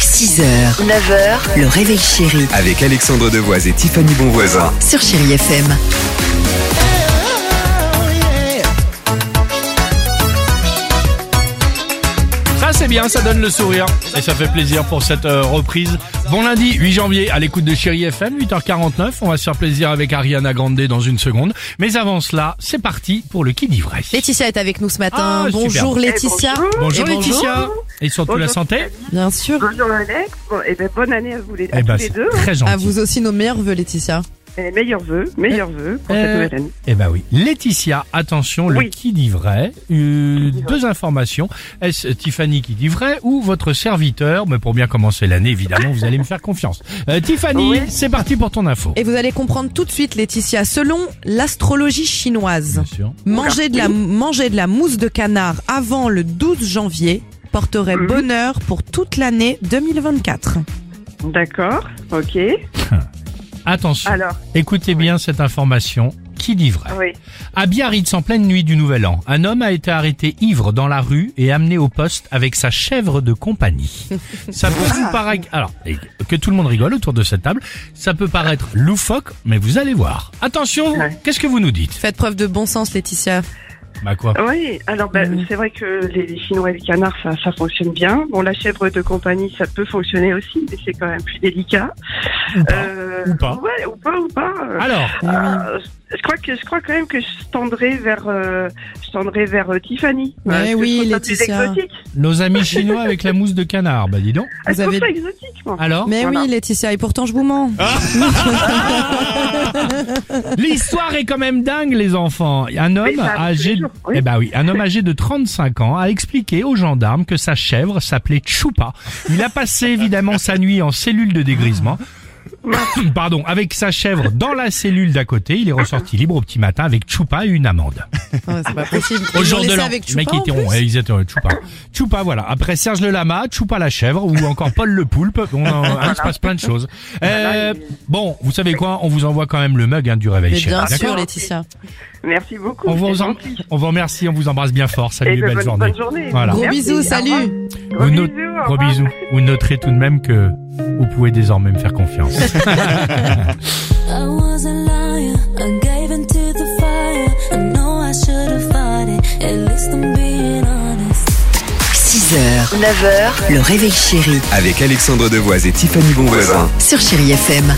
6h, 9h, le réveil chéri Avec Alexandre Devoise et Tiffany Bonvoisin. sur Chéri FM. Ça Ah, c'est bien, ça donne le sourire et ça fait plaisir pour cette euh, reprise. Bon lundi 8 janvier à l'écoute de Chéri FM 8h49, on va se faire plaisir avec Ariana Grande dans une seconde. Mais avant cela, c'est parti pour le qui dit vrai. Laetitia est avec nous ce matin. Ah, bonjour Laetitia. Bonjour Et Laetitia et surtout Bonjour. la santé. Bien sûr. Bonjour Alex, bon, et ben, bonne année à vous les, à Eh ben, tous les c'est deux. très gentil. À vous aussi nos meilleurs vœux Laetitia. Et meilleurs vœux, meilleurs vœux pour Euh, cette nouvelle année. Eh ben oui. Laetitia, attention, le Oui. qui dit vrai. Euh, deux informations. Est-ce Tiffany qui dit vrai ou votre serviteur Mais pour bien commencer l'année, évidemment, vous allez me faire confiance. Euh, Tiffany, Oui. c'est parti pour ton info. Et vous allez comprendre tout de suite Laetitia. Selon l'astrologie chinoise, Bien sûr. manger de, la, manger de la mousse de canard avant le 12 janvier porterait Mhm. bonheur pour toute l'année 2024. D'accord, ok. Attention. Alors, Écoutez bien cette information. Qui dit vrai oui. À Biarritz, en pleine nuit du Nouvel An, un homme a été arrêté ivre dans la rue et amené au poste avec sa chèvre de compagnie. Ça Ah. peut vous paraître... Alors, et que tout le monde rigole autour de cette table, ça peut paraître loufoque, mais vous allez voir. Attention, Ouais. qu'est-ce que vous nous dites Faites preuve de bon sens Laetitia. Bah quoi Oui, alors ben, Mm. Mhm. c'est vrai que les, les Chinois et les canards, ça, ça fonctionne bien. Bon, la chèvre de compagnie, ça peut fonctionner aussi, mais c'est quand même plus délicat. Euh, ou pas. Ah. Ouais, ou pas, ou pas. Euh, Alors, euh, je crois que je crois quand même que je tendrai vers euh, je tendrai vers euh, Tiffany. Eh Mais Parce que oui, je trouve ça plus Laetitia. exotique. nos amis chinois avec la mousse de canard, bah dis donc. Ah, Vous je trouve avez- ça exotique, moi. Alors Mais Oh, Voilà. oui Laetitia et pourtant je vous mens. Ah. L'histoire est quand même dingue, les enfants. Un homme Oui, ça arrive tous âgé, les jours, oui. eh ben oui, un homme âgé de 35 ans a expliqué aux gendarmes que sa chèvre s'appelait Choupa. Il a passé évidemment sa nuit en cellule de dégrisement. Pardon, avec sa chèvre dans la cellule d'à côté, il est ressorti libre au petit matin avec Choupa et une amende. Ouais, Ah, C'est pas possible. Au Ils jour l'ont de laissé l'an, avec le mec Choupa, était en rond, plus ouais, ils étaient rond, Choupa. Choupa, voilà. Après Serge le Lama, Choupa la chèvre ou encore Paul le poulpe. On en- Il se passe plein de choses. Euh, Voilà, et- bon, vous savez quoi On vous envoie quand même le mug hein, du réveil Mais chéri, bien d'accord sûr Laetitia. Merci beaucoup. On vous, c'est en- gentil. on vous remercie, on vous embrasse bien fort. Salut Et et de belle bonne- journée. bonne journée. Voilà. Gros Merci, bisous, au salut. revoir. Vous Gros note- bisous, au Gros revoir. bisous. Vous noterez tout de même que vous pouvez désormais me faire confiance. I was a liar. I gave into the fire. I know I should have fought it. At least I'm being honest. 6h, 9h, le réveil chéri Avec Alexandre Devoise et Tiffany Bonvoisin. sur Chéri FM.